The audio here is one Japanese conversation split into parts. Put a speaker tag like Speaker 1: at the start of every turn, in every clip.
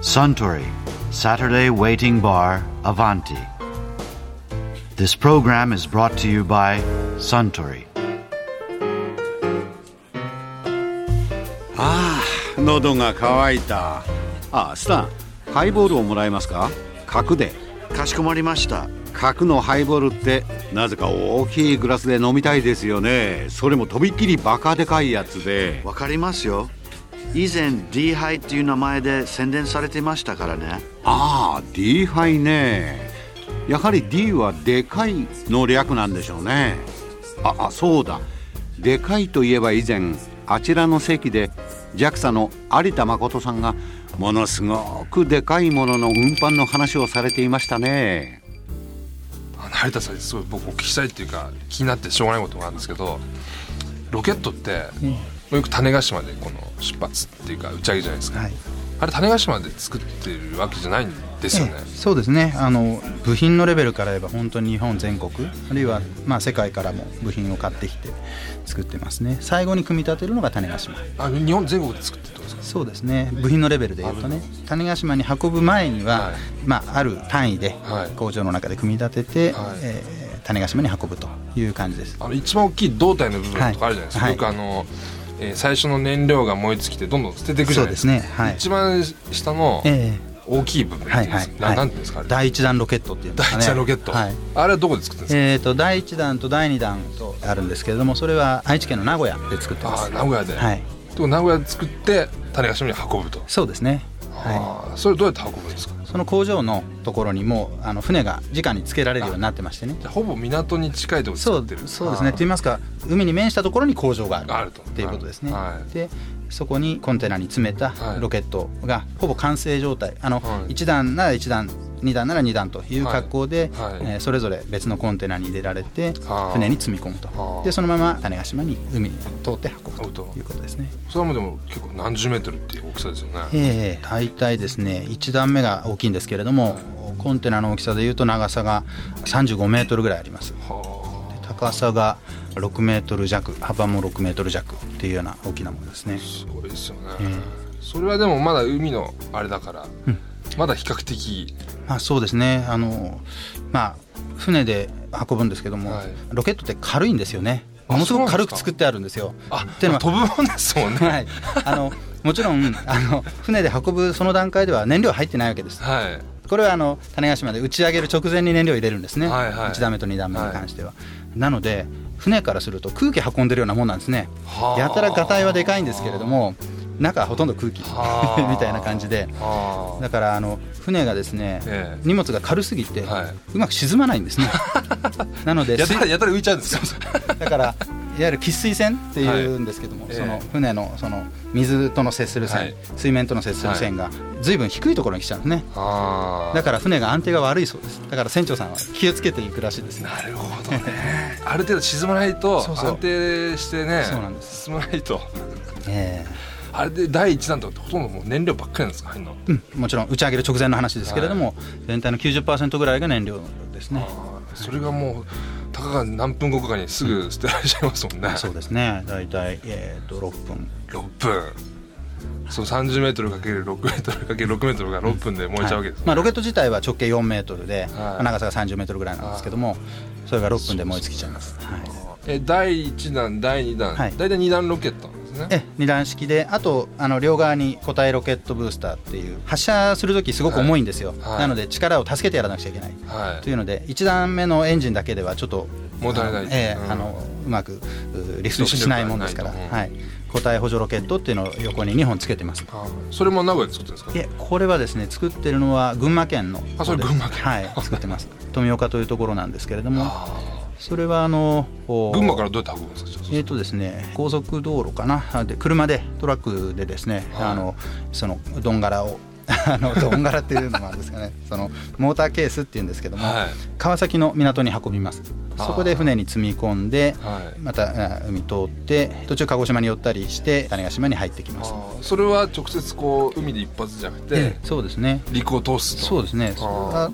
Speaker 1: Suntory Saturday Waiting Bar Avanti. This program is brought to you by Suntory.
Speaker 2: ああ喉が渇いたああスタンハイボールをもらえますか角で角のハイボールってなぜか大きいグラスで飲みたいですよねそれもとびっきりバカでかいやつで
Speaker 1: かしこまりました。わかりますよ。以前 D ハイっていう名前で宣伝されてましたからね。
Speaker 2: ああ D 杯ねやはり D はでかいの略なんでしょうねああそうだでかいといえば以前あちらの席で JAXA の有田誠さんがものすごくでかいものの運搬の話をされていましたね
Speaker 3: あの有田さんにすごい僕お聞きしたいっていうか気になってしょうがないことがあるんですけどロケットって、よく種子島でこの出発っていうか打ち上げじゃないですか、
Speaker 4: はい
Speaker 3: あれ種子島で作ってるわけじゃないんですよね、
Speaker 4: ええそうですねあの部品のレベルから言えば本当に日本全国あるいはまあ世界からも部品を買ってきて作ってますね最後に組み立てるのが種子島
Speaker 3: あ日本全国で作ってるってことです
Speaker 4: そうですね部品のレベルで言うとね種子島に運ぶ前には、
Speaker 3: はい
Speaker 4: まあ、ある単位で
Speaker 3: はい
Speaker 4: 工場の中で組み立てて、
Speaker 3: はい
Speaker 4: えー種子島に運ぶという感じです
Speaker 3: かあの一番大きい胴体の部分とかあるじゃないですか、
Speaker 4: はい
Speaker 3: よくあの、えー最初の燃料が燃え尽きてどんどん捨てていくじゃない
Speaker 4: そうで
Speaker 3: です
Speaker 4: す
Speaker 3: か
Speaker 4: ねはい、
Speaker 3: 一番下の
Speaker 4: え
Speaker 3: 大きい部分って
Speaker 4: え
Speaker 3: いうん
Speaker 4: は
Speaker 3: で
Speaker 4: い
Speaker 3: すか、
Speaker 4: は
Speaker 3: な
Speaker 4: い
Speaker 3: な
Speaker 4: は
Speaker 3: んていうんですかあ
Speaker 4: い
Speaker 3: れ
Speaker 4: 第一弾ロケットっていうんで
Speaker 3: 第
Speaker 4: すかね
Speaker 3: 一弾ロケット、
Speaker 4: はい
Speaker 3: あれはどこで作ってるんですか、
Speaker 4: えー、と第1弾と第2弾とあるんですけれどもそれは愛知県の名古屋で作ってま
Speaker 3: ああ
Speaker 4: す
Speaker 3: 名古屋で、
Speaker 4: はい
Speaker 3: でも名古屋で作って種子島に運ぶと
Speaker 4: そうですね、は
Speaker 3: ああそれどうやって運ぶんですか
Speaker 4: い、その工場のところにもうあの船が直につけられるようになってましてね
Speaker 3: じゃあほぼ港に近いところで
Speaker 4: そ
Speaker 3: 作っ
Speaker 4: う
Speaker 3: てる
Speaker 4: そうですねと言
Speaker 3: あ
Speaker 4: いますか海に面したところに工場がある
Speaker 3: あると
Speaker 4: っていうことですね、
Speaker 3: はい
Speaker 4: でそこにコンテナに詰めた
Speaker 3: はい
Speaker 4: ロケットがほぼ完成状態あの、
Speaker 3: はい
Speaker 4: 1段なら1段2段なら2段という格好で、
Speaker 3: はいはい
Speaker 4: えーそれぞれ別のコンテナに入れられて
Speaker 3: あー
Speaker 4: 船に積み込む
Speaker 3: あ
Speaker 4: と
Speaker 3: ー
Speaker 4: でそのまま種子島に海に通って運ぶということですね
Speaker 3: あそれはもうでも結構何十メートルっていう大きさですよね
Speaker 4: ええ大体ですね1段目が大きいんですけれどもコンテナの大きさでいうと長さが35メートルぐらいあります
Speaker 3: は
Speaker 4: 高さが6メートル弱幅も6メートル弱っていうような大きなものですね
Speaker 3: あすごいですよね、それはでもまだ海のあれだから、まだ比較的
Speaker 4: まあそうですねあのまあ船で運ぶんですけども、
Speaker 3: はい
Speaker 4: ロケットって軽いんですよね
Speaker 3: あ
Speaker 4: ものすごく
Speaker 3: そうなん
Speaker 4: 軽
Speaker 3: ですか
Speaker 4: く作ってあるんですよ
Speaker 3: あ
Speaker 4: っていう
Speaker 3: 飛
Speaker 4: の
Speaker 3: ぶ
Speaker 4: は
Speaker 3: もんですもんね、
Speaker 4: はいあのもちろんあの船で運ぶその段階では燃料入ってないわけです
Speaker 3: はい
Speaker 4: これはあの種子島で打ち上げる直前に燃料を入れるんですね、
Speaker 3: はいはい
Speaker 4: 1段目と2段目に関しては、なので船からすると空気運んでるようなもんなんですね
Speaker 3: はあ
Speaker 4: やたらガタイはでかいんですけれども中はほとんど空気
Speaker 3: はあ
Speaker 4: みたいな感じで
Speaker 3: はあ
Speaker 4: だからあの船がですね、
Speaker 3: ええ
Speaker 4: 荷物が軽すぎて、
Speaker 3: はいう
Speaker 4: まく沈まないんで すねなので
Speaker 3: やたらやたら浮いちゃうんですよ
Speaker 4: だからいわゆる喫水線っていうんですけども、
Speaker 3: はい
Speaker 4: そ
Speaker 3: え
Speaker 4: の
Speaker 3: え
Speaker 4: 船のその水との接する線、
Speaker 3: はい
Speaker 4: 水面との接する線が随分低いところに来ちゃうんですね、
Speaker 3: ああ
Speaker 4: だから船が安定が悪いそうですだから船長さんは気をつけていくらしいですね
Speaker 3: なるほどねある程度沈まないと
Speaker 4: そうそう
Speaker 3: 安定してね
Speaker 4: そうなんです
Speaker 3: 進まないと
Speaker 4: え
Speaker 3: あれで第一弾とかってほとんどもう燃料ばっかりなんですか入んの
Speaker 4: えうんもちろん打ち上げる直前の話ですけれども、全体の90%ぐらいが燃料ですね
Speaker 3: それがもうたかが何分後かにすぐ捨てられちゃいますもんね、
Speaker 4: そうですね大体、えー、と6分
Speaker 3: 6分そう3 0ルかける6メートルかける6メートルが6分で燃えちゃうわけです、
Speaker 4: はいまあ、ロケット自体は直径4メートルで、
Speaker 3: はい
Speaker 4: 長さが30メートルぐらいなんですけどもそれが6分で燃え尽きちゃいます、はい、
Speaker 3: え第1弾第2弾、
Speaker 4: はい
Speaker 3: 大体2弾ロケットなんですね
Speaker 4: ええ二段式であとあの両側に固体ロケットブースターっていう発射する時すごく重いんですよ、
Speaker 3: はいはい
Speaker 4: なので力を助けてやらなくちゃいけない、
Speaker 3: はい
Speaker 4: というので1段目のエンジンだけではちょっと
Speaker 3: もったいない
Speaker 4: あのええ
Speaker 3: うん
Speaker 4: あのうまくうリフトしないもんですから、
Speaker 3: 推進力が
Speaker 4: は
Speaker 3: ない
Speaker 4: い、固体補助ロケットっていうのを横に2本つけてます
Speaker 3: あそれも名古屋で作ってるんですか
Speaker 4: でこれはですね作ってるのは群馬県の方で
Speaker 3: あそれ群馬県
Speaker 4: はい作ってます 富岡というところなんですけれども
Speaker 3: あ
Speaker 4: それはあの
Speaker 3: ー
Speaker 4: 群
Speaker 3: 群馬からどうやって運ぶんですかじゃあ
Speaker 4: えーとですね、高速道路かなあで車でトラックでですね、
Speaker 3: はい
Speaker 4: あのそのどんがらを あのどんがらっていうのもあるんですかねそのモーターケースっていうんですけども、
Speaker 3: はい
Speaker 4: 川崎の港に運びます
Speaker 3: あー
Speaker 4: そこで船に積み込んで、
Speaker 3: はい
Speaker 4: またあ海通って途中鹿児島に寄ったりして種子島に入ってきます
Speaker 3: あーそれは直接こう海で一発じゃなくて、
Speaker 4: ええそうですね
Speaker 3: 陸を通すと
Speaker 4: そうですねそれ
Speaker 3: あ
Speaker 4: は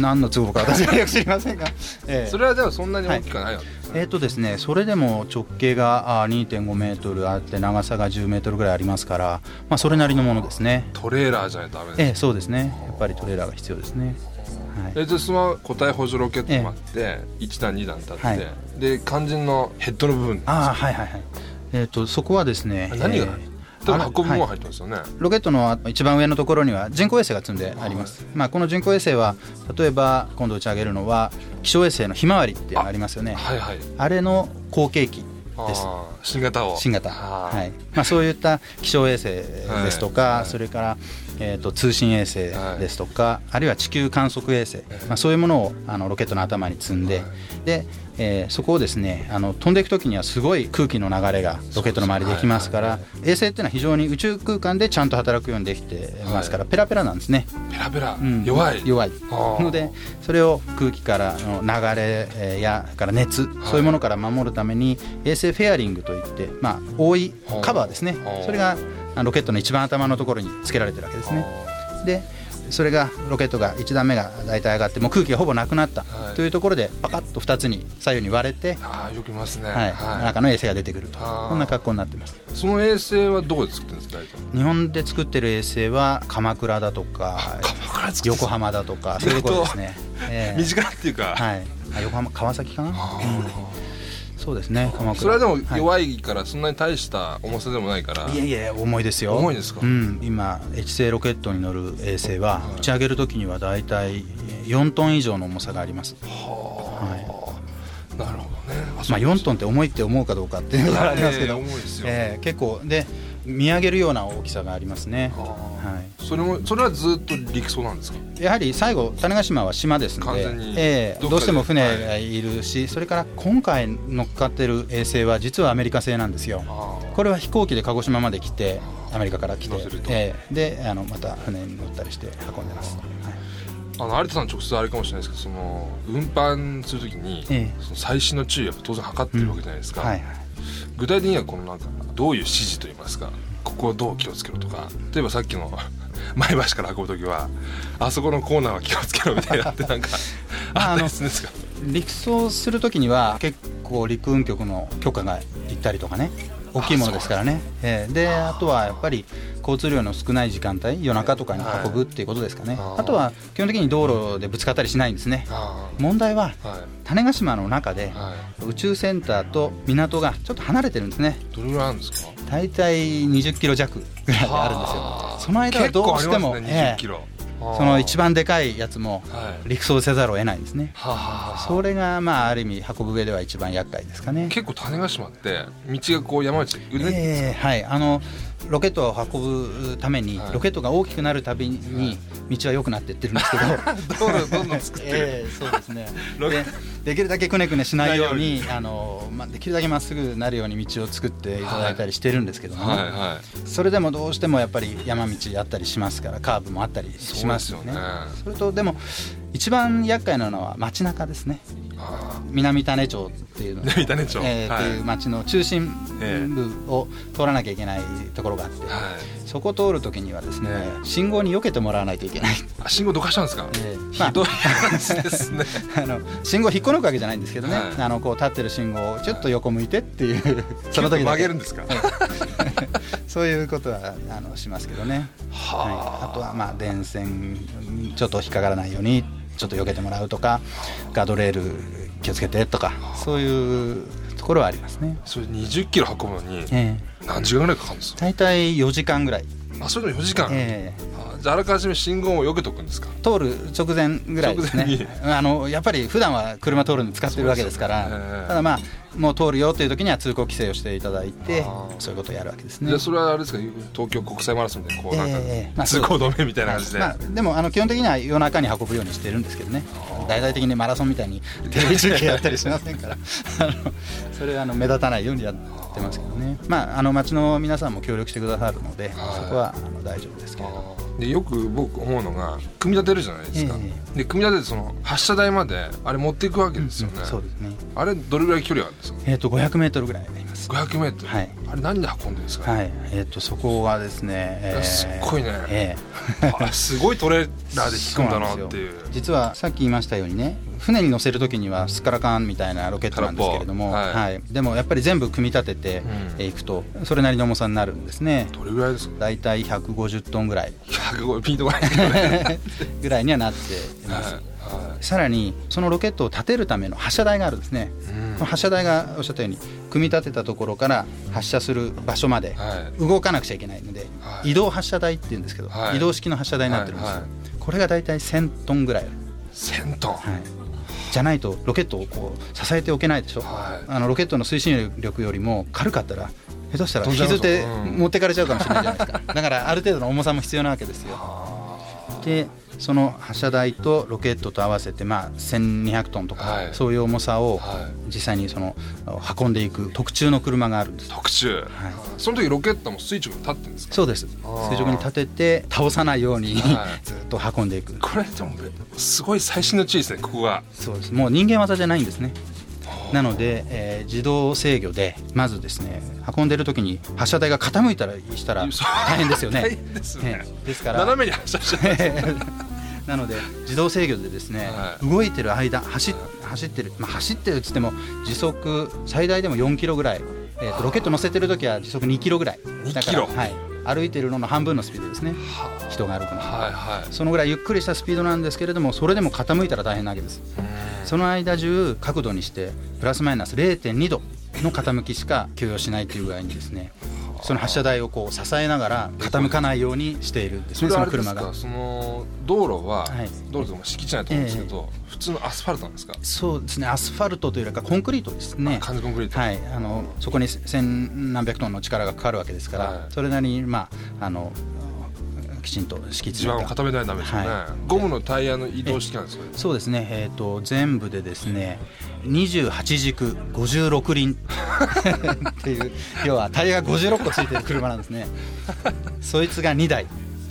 Speaker 4: 何の都合か私はよく知りませんが、え え
Speaker 3: それはでもそんなに大きくはないわけです、
Speaker 4: えっ、とですね、それでも直径があ2.5メートルあって長さが10メートルぐらいありますから、まあそれなりのものですね。
Speaker 3: トレーラーじゃないとダメです
Speaker 4: ええ、そうですね。やっぱりトレーラーが必要ですね。はい。
Speaker 3: えじゃあその個体補助ロケットもあって、1段2段立って、
Speaker 4: はい
Speaker 3: で肝心のヘッドの部分
Speaker 4: ああ、はいはいはい。えっ、とそこはですね
Speaker 3: あ。何が入
Speaker 4: えー
Speaker 3: る、多分
Speaker 4: あの
Speaker 3: 運ぶも
Speaker 4: は
Speaker 3: の
Speaker 4: い
Speaker 3: 入ってますよね、
Speaker 4: ロケットの一番上のところには人工衛星が積んであります、まあ、この人工衛星は例えば今度打ち上げるのは気象衛星のひまわりっていうのがありますよねあ
Speaker 3: はいはい
Speaker 4: れの後継機
Speaker 3: あ
Speaker 4: です
Speaker 3: ー新型を
Speaker 4: 新型、
Speaker 3: あー
Speaker 4: はいまあ、そういった気象衛星ですとか、
Speaker 3: はいはい
Speaker 4: それから、えー、と通信衛星ですとか、あるいは地球観測衛星、まあ、そういうものをあのロケットの頭に積んで,、でえーそこをですねあの飛んでいく時にはすごい空気の流れがロケットの周りできますから、衛星っていうのは非常に宇宙空間でちゃんと働くようにできてますから、ペラペラなんですね。
Speaker 3: ペラペラ、
Speaker 4: うん
Speaker 3: 弱い
Speaker 4: 弱い
Speaker 3: あー
Speaker 4: のでそれを空気からの流れえーやから熱、そういうものから守るために衛星フェアリングといって、まあ、覆い
Speaker 3: ほう
Speaker 4: カバーですね
Speaker 3: ほう
Speaker 4: それがあロケットの一番頭のところにつけられてるわけですねでそれがロケットが1段目が大体上がってもう空気がほぼなくなった
Speaker 3: はい
Speaker 4: というところでパカッと2つに左右に割れて、
Speaker 3: ああよく見ますね
Speaker 4: はい中の衛星が出てくると
Speaker 3: あー
Speaker 4: こんな格好になってます
Speaker 3: その衛星はどこで作ってるんですか大体
Speaker 4: 日本で作ってる衛星は鎌倉だとか
Speaker 3: 鎌倉で作ってる
Speaker 4: 横浜だと かそういうところですね、ええ
Speaker 3: 身近っていうか、
Speaker 4: はい、あ横浜川崎かな、うんそうですね鎌倉
Speaker 3: それはでも
Speaker 4: はい
Speaker 3: 弱いからそんなに大した重さでもないから、
Speaker 4: いえいえ重いですよ
Speaker 3: 重いですか
Speaker 4: うん、今 H 製ロケットに乗る衛星は打ち上げる時には大体4トン以上の重さがあります、は
Speaker 3: なるほどねあ
Speaker 4: いまあ、4トンって重いって思うかどうかっていうのがありますけど、
Speaker 3: いやいや重いですよ
Speaker 4: ええ結構で見上げるような大きさがありますね、は
Speaker 3: それもそれはずっと陸送なんですか
Speaker 4: い、やはり最後種子島は島ですの
Speaker 3: 完
Speaker 4: で
Speaker 3: 全に
Speaker 4: ええ
Speaker 3: どっかで
Speaker 4: どうしても船がいるし、それから今回乗っかってる衛星は実はアメリカ製なんですよ
Speaker 3: あー
Speaker 4: これは飛行機で鹿児島まで来てアメリカから来て
Speaker 3: 乗せると、
Speaker 4: ええであのまた船に乗ったりして運んでます、はい
Speaker 3: あの有田さん直接あれかもしれないですけどその運搬するときに、
Speaker 4: ええ
Speaker 3: その最新の注意は当然測ってるわけじゃないですか、
Speaker 4: はいはい
Speaker 3: 具体的にはこのなんかどういう指示といいますかここをどう気をつけろとか例えばさっきの 前橋から運ぶ時はあそこのコーナーは気をつけろみたいなってなんか
Speaker 4: まあ
Speaker 3: あ
Speaker 4: あ
Speaker 3: った
Speaker 4: の
Speaker 3: りするんですか
Speaker 4: 陸送するときには結構陸運局の許可がいったりとかね大きいものですからねええであとはやっぱり交通量の少ない時間帯夜中とかに運ぶっていうことですかね、
Speaker 3: はいあー
Speaker 4: あとは基本的に道路でぶつかったりしないんですね
Speaker 3: あ
Speaker 4: 問題は
Speaker 3: あは
Speaker 4: 種子島の中で
Speaker 3: いは
Speaker 4: 宇宙センターと港がちょっと離れてるんですね
Speaker 3: いどれぐらいあるんですか
Speaker 4: 大体20キロ弱ぐらいあるんです
Speaker 3: はあ
Speaker 4: よその間はどうしても、
Speaker 3: 結構あります
Speaker 4: え
Speaker 3: ね20
Speaker 4: え
Speaker 3: キロ、
Speaker 4: その一
Speaker 3: 番
Speaker 4: 番でかいやつも
Speaker 3: はい
Speaker 4: 陸送せざるを得ないんですね
Speaker 3: はあはあはあ
Speaker 4: それがまあある意味運ぶ上では一番厄介ですかね
Speaker 3: 結構種子島って道がこう山道でうね、
Speaker 4: ええはいあのロケットを運ぶために
Speaker 3: はい
Speaker 4: ロケットが大きくなるたびに道は良くなっていってるんですけど
Speaker 3: 道路どんどん作ってる、
Speaker 4: ええそうです ね
Speaker 3: ロケ
Speaker 4: でできるだけくねくねしないようにあの、まあ、できるだけまっすぐなるように道を作っていただいたりしてるんですけどもね、
Speaker 3: はいはい
Speaker 4: それでもどうしてもやっぱり山道あったりしますからカーブもあったりしますよ
Speaker 3: そうで
Speaker 4: ねそ
Speaker 3: すよね
Speaker 4: れとでも一番厄介なのは街中ですね
Speaker 3: あ
Speaker 4: 南種子町っていうの
Speaker 3: 南種子町
Speaker 4: えー
Speaker 3: はい
Speaker 4: っていう町の中心
Speaker 3: え
Speaker 4: 部を通らなきゃいけないところがあって、
Speaker 3: あはい
Speaker 4: そこを通るときにはですね、
Speaker 3: え
Speaker 4: 信号に避けてもらわないといけない
Speaker 3: あ信号どかしたんですか、
Speaker 4: ええ
Speaker 3: ひどい話ですね
Speaker 4: あの信号引っこ抜くわけじゃないんですけどね、
Speaker 3: はい
Speaker 4: あのこう立ってる信号をちょっと横向いてっていう その
Speaker 3: 結構
Speaker 4: 時だけ
Speaker 3: 曲げるんですか
Speaker 4: そういうことはあのしますけどね。
Speaker 3: は
Speaker 4: はい、あとはまあ電線にちょっと引っかからないようにちょっと避けてもらうとかガードレール気をつけてとかそういうところはありますね。
Speaker 3: それ20キロ運ぶのに
Speaker 4: ええ
Speaker 3: 何時間ぐらいかかるんですか
Speaker 4: 大体4時間ぐらい、
Speaker 3: あそれでも4時間、
Speaker 4: ええ
Speaker 3: あじゃああらかじめ信号をよけとくんですか
Speaker 4: 通る直前ぐらいです
Speaker 3: 直
Speaker 4: ね
Speaker 3: 前
Speaker 4: あのやっぱり普段は車通るのに使ってるわけですか
Speaker 3: そ
Speaker 4: ら
Speaker 3: うですよねええ
Speaker 4: ただまあもう通るよという時には通行規制をしていただいて
Speaker 3: あー
Speaker 4: そういうことをやるわけですね
Speaker 3: じゃあ。それはあれですか東京国際マラソンでこうなんか、
Speaker 4: ええええまあ
Speaker 3: 通行止めみたいな感じで、
Speaker 4: はいまあ、でもあの基本的には夜中に運ぶようにしてるんですけどね大々的にマラソンみたいにテレビ中継やったりしません からあのそれはあの目立たないようにやってますけどね、まあ、あの町の皆さんも協力してくださるのでそ
Speaker 3: はい
Speaker 4: こはあの大丈夫ですけれど
Speaker 3: あーでよく僕思うのが組み立てるじゃないですか、
Speaker 4: え
Speaker 3: で組み立ててその発射台まであれ持っていくわけですよね、
Speaker 4: そうですね
Speaker 3: あれどれぐらい距離あるんですか
Speaker 4: えっ、と500メートルぐらいありますです。
Speaker 3: 500メートル、
Speaker 4: はい
Speaker 3: あれ何で運んでるんですか、
Speaker 4: はい、えっ、とそこはですね、えー
Speaker 3: すっごいね
Speaker 4: ええ
Speaker 3: あれすごいトレー ラーで引くんだなっていう
Speaker 4: そなんですよ実はさっき言いましたようにね船に乗せる時にはスカラカンみたいなロケットなんですけれども、
Speaker 3: 空っぽ
Speaker 4: は
Speaker 3: はい
Speaker 4: でもやっぱり全部組み立てて
Speaker 3: うん
Speaker 4: えいくとそれなりの重さになるんですね
Speaker 3: どれぐらい ですか
Speaker 4: 大体150トンぐ らい
Speaker 3: 105ピンとこないけどね、
Speaker 4: ぐらいにはなっています、
Speaker 3: は
Speaker 4: さらにそのロケットを立てるための発射台があるんですね、
Speaker 3: うん
Speaker 4: この発射台がおっしゃったように組み立てたところから発射する場所まで
Speaker 3: はい
Speaker 4: 動かなくちゃいけないので、
Speaker 3: はい
Speaker 4: 移動発射台っていうんですけど、
Speaker 3: はい
Speaker 4: 移動式の発射台になってるんですよ、
Speaker 3: はいはい
Speaker 4: これが大体1000トンぐらいある、
Speaker 3: い、1000トン、
Speaker 4: はい、じゃないとロケットをこう支えておけないでしょ、
Speaker 3: はい
Speaker 4: あのロケットの推進力よりも軽かったら下手したら
Speaker 3: 飛
Speaker 4: 引
Speaker 3: ん
Speaker 4: き
Speaker 3: じゃいます
Speaker 4: ずっ
Speaker 3: よ
Speaker 4: て
Speaker 3: うん
Speaker 4: 持ってかれちゃうかもしれないじゃないですか、だからある程度の重さも必要なわ けですよでその発射台とロケットと合わせて、まあ、1200トンとか、
Speaker 3: はい
Speaker 4: そういう重さを
Speaker 3: は
Speaker 4: 実際にその運んでいく特注の車があるんです
Speaker 3: 特注、その時ロケットも垂直に立ってるんですか
Speaker 4: そうです
Speaker 3: ー
Speaker 4: 垂直に立てて倒さないように
Speaker 3: はい
Speaker 4: ずっと運んでいく
Speaker 3: これでもすごい最新の地位ですねここが
Speaker 4: そうですもう人間技じゃないんですねなので、えー自動制御でまずですね運んでる時に発射台が傾いたらしたら大変ですよね
Speaker 3: 大変ですね
Speaker 4: ええですから
Speaker 3: 斜めに発射しちゃ ったんですね
Speaker 4: なので自動制御でですね、
Speaker 3: はい
Speaker 4: 動いてる間走っ走ってる、まあ、走ってるっつっても時速最大でも4キロぐらい、えーとロケット乗せてる時は時速2キロぐらいだか
Speaker 3: 2
Speaker 4: ら
Speaker 3: キロ
Speaker 4: はい、歩いてるのの半分のスピードですね人が歩くの、
Speaker 3: はいはい
Speaker 4: そのぐらいゆっくりしたスピードなんですけれどもそれでも傾いたら大変なわけですその間中角度にしてプラスマイナス0.2度の傾きしか許容しないという具合にですねその発射台をこう支えながら傾かないようにしているんです
Speaker 3: そ
Speaker 4: ね
Speaker 3: れ
Speaker 4: そ
Speaker 3: はあ
Speaker 4: の
Speaker 3: れです
Speaker 4: 車
Speaker 3: か
Speaker 4: が
Speaker 3: その道路は、
Speaker 4: はい
Speaker 3: 道路とか敷地内だと思うんですけど、普通のアスファルトなんですか
Speaker 4: そうですねアスファルトというよりかコンクリートですね
Speaker 3: あ完全コンクリート
Speaker 4: はいあのそこに千何百トンの力がかかるわけですから、
Speaker 3: はい
Speaker 4: それなりにまああのきちんと敷地
Speaker 3: 地盤を固めないとダメですよね、
Speaker 4: は
Speaker 3: ゴムのタイヤの移動式なんですよね
Speaker 4: そうですね、えー、と全部でですね28軸56輪 っていう要はタイヤが56個ついてる車なんですねそいつが2台、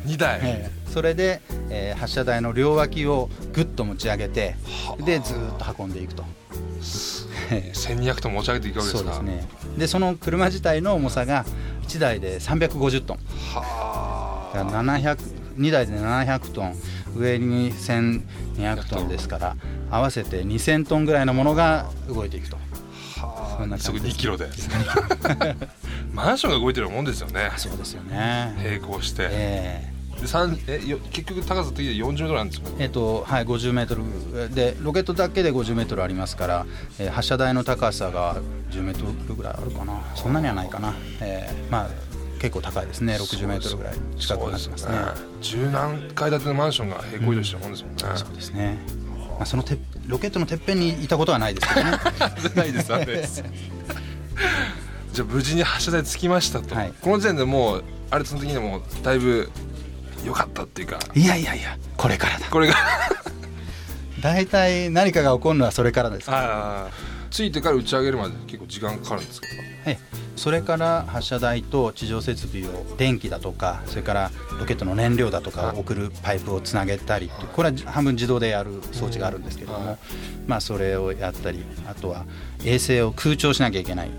Speaker 3: 2台、
Speaker 4: えーそれで、えー発射台の両脇をぐっと持ち上げてでずーっと運んでいくと。
Speaker 3: 1200トン持ち上げていくわけです
Speaker 4: そう
Speaker 3: か
Speaker 4: ですねでその車自体の重さが1台で350トン
Speaker 3: は
Speaker 4: だから700 2台で700トン上に1200トンですから合わせて2000トンぐらいのものが動いていくとそん
Speaker 3: あ
Speaker 4: な
Speaker 3: そ
Speaker 4: 感
Speaker 3: こ2
Speaker 4: じです
Speaker 3: キロ でマンションが動いてるようなもんですよね
Speaker 4: そうですよね
Speaker 3: 並行して、
Speaker 4: え
Speaker 3: で三えよ結局高さ的には40度なんですよ
Speaker 4: ーえっとはい、50メートルでロケットだけで50メートルありますから、えー発射台の高さが10メートルぐらいあるかなそんなにはないかな、えーまあ、結構高いですね60メートルぐらい近くになってますね。
Speaker 3: 十何階建てのマンションが並行移動してるもんですもんね、
Speaker 4: そうですね。まあ、そのてっロケットのてっぺんにいたことはないですけどね。
Speaker 3: じゃないですあれですじゃあ無事に発射台着きましたと、
Speaker 4: はい
Speaker 3: この時点でもうあれその時にはもうだいぶ良かったっていうか
Speaker 4: いやいやいや、これからだ。
Speaker 3: これが
Speaker 4: 大体何かが起こるのはそれからです。は
Speaker 3: あー着いてから打ち上げるまで結構時間かかるんですか
Speaker 4: い。それから発射台と地上設備を電気だとか、それからロケットの燃料だとかを送るパイプをつなげたりって、これは半分自動でやる装置があるんですけれども、まあそれをやったり、あとは衛星を空調しなきゃいけない。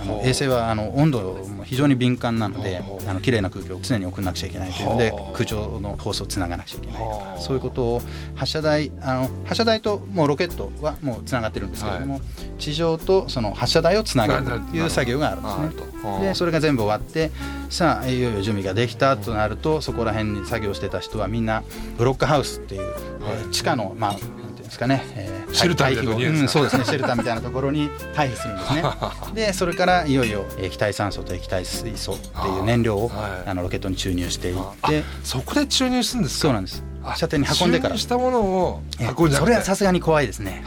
Speaker 4: あの
Speaker 3: ほう
Speaker 4: 衛星はあの温度も非常に敏感なので、あの綺麗な空気を常に送らなくちゃいけないというので
Speaker 3: はあ
Speaker 4: 空調の放送をつながなくちゃいけないと
Speaker 3: は
Speaker 4: か
Speaker 3: あ
Speaker 4: そういうことを発射台あの発射台ともうロケットはもうつながってるんですけれども、地上とその発射台をつなげるという作業があるんです
Speaker 3: あああ
Speaker 4: ね。
Speaker 3: あ
Speaker 4: でそれが全部終わってさあいよいよ準備ができたとなるとそこら辺に作業してた人はみんなブロックハウスっていう、えー地下のまあなんていうんですかね、え
Speaker 3: シェルターみたいなとこに
Speaker 4: 退避
Speaker 3: いるんですか
Speaker 4: 後うんそうですねシェルターみたいなところに退避するんですね でそれからいよいよ液体酸素と液体水素っていう燃料を
Speaker 3: はい
Speaker 4: あのロケットに注入していっ
Speaker 3: あ
Speaker 4: て
Speaker 3: そこで注入するんですか
Speaker 4: そうなんです
Speaker 3: あ
Speaker 4: 射程に運んでから
Speaker 3: 注入したものを
Speaker 4: ええ
Speaker 3: 運んじゃ
Speaker 4: それはさすがに怖いで すね。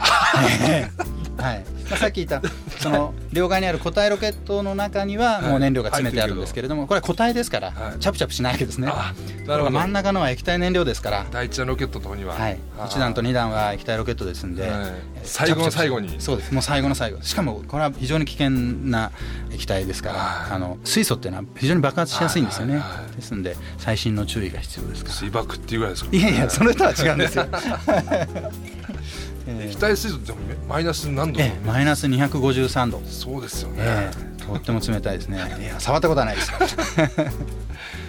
Speaker 4: ええはいまあ、さっき言ったその両側にある固体ロケットの中にはもう燃料が詰めてあるんですけれどもこれは固体ですから
Speaker 3: はい
Speaker 4: チャプチャプしないわけですね
Speaker 3: あなるほど
Speaker 4: 真ん中のは液体燃料ですから、
Speaker 3: 第一弾ロケットともには、
Speaker 4: はい、
Speaker 3: あー
Speaker 4: 1段と2段は液体ロケットですんで、
Speaker 3: はい
Speaker 4: えー
Speaker 3: 最後の
Speaker 4: チャプチャプ
Speaker 3: 最後に
Speaker 4: そうですもう最後の最後しかもこれは非常に危険な液体ですから、
Speaker 3: はい
Speaker 4: あの水素っていうのは非常に爆発しやすいんですよね、
Speaker 3: はいはいは
Speaker 4: ですんで細心の注意が必要ですから
Speaker 3: 水爆っていうぐらいですか
Speaker 4: いやいやそれとは違うんで すよ、えー
Speaker 3: 液体水素ってでもマイナス何度も、
Speaker 4: ええマイナス253度、
Speaker 3: そうですよね、
Speaker 4: えとっても冷たいですねいや触ったことはないです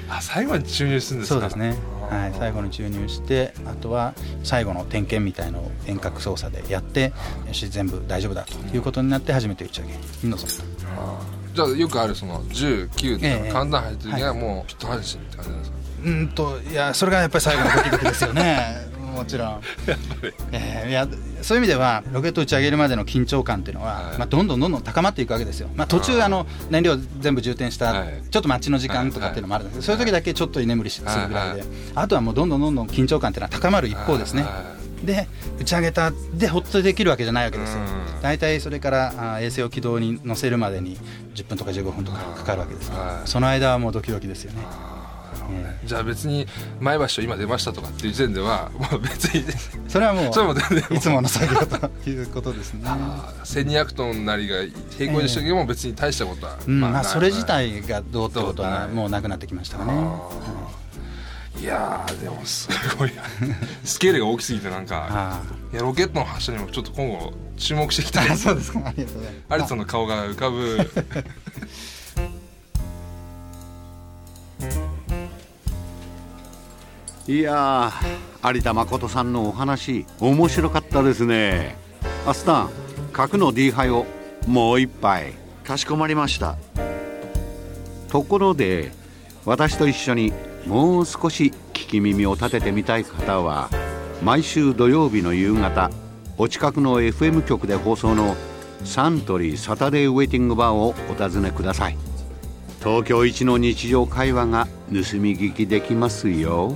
Speaker 3: あ最後に注入するんですか
Speaker 4: そうですねはい、最後に注入してあとは最後の点検みたいのを遠隔操作でやってよし全部大丈夫だということになって初めて打ち上げに臨むと
Speaker 3: じゃあよくあるその19
Speaker 4: え
Speaker 3: で
Speaker 4: え
Speaker 3: 寒暖入った時には
Speaker 4: はい
Speaker 3: もう一安心って感じなんですか
Speaker 4: うんといやそれがやっぱり最後のドキドキですよ ねもちろん、えーいやそういう意味ではロケット打ち上げるまでの緊張感っていうのは、
Speaker 3: はい
Speaker 4: まあ、どんどんどんどん高まっていくわけですよ、まあ、途中あの燃料全部充填した、
Speaker 3: はい
Speaker 4: ちょっと待ちの時間とかっていうのもあるんですけど、そういう時だけちょっと居眠りしするぐらいで、
Speaker 3: はいはい
Speaker 4: あとはもうどんどんどんどん緊張感っていうのは高まる一方ですね、
Speaker 3: はいは
Speaker 4: で打ち上げたでほっとできるわけじゃないわけですよ
Speaker 3: うん
Speaker 4: 大体それからあ衛星を軌道に乗せるまでに10分とか15分とかかかるわけですね
Speaker 3: はい
Speaker 4: その間はもうドキドキですよねえ
Speaker 3: じゃあ別に前橋を今出ましたとかっていう時点ではもう別 に
Speaker 4: えそれはも
Speaker 3: それも全然
Speaker 4: ういつもの作業ということですね。
Speaker 3: あー1200トンなりが平行にしても別に大したことは、
Speaker 4: うんま
Speaker 3: な
Speaker 4: あ、
Speaker 3: い
Speaker 4: それ自体がどうって
Speaker 3: どうっ
Speaker 4: こと
Speaker 3: てことは
Speaker 4: は
Speaker 3: ない
Speaker 4: もうなくなってきましたかね。
Speaker 3: いやーでもすごい スケールが大きすぎてなんか
Speaker 4: あ
Speaker 3: いやロケットの発射にもちょっと今後注目していきたい
Speaker 4: あ、 そうですか。ありがとうございます。
Speaker 3: アリさんの顔が浮かぶ
Speaker 2: いやー有田誠さんのお話面白かったですねアスタン核の D 杯をもう一杯
Speaker 1: かしこまりました。
Speaker 2: ところで私と一緒にもう少し聞き耳を立ててみたい方は毎週土曜日の夕方お近くの FM 局で放送のサントリーサタデーウェイティングバーをお尋ねください東京一の日常会話が盗み聞きできますよ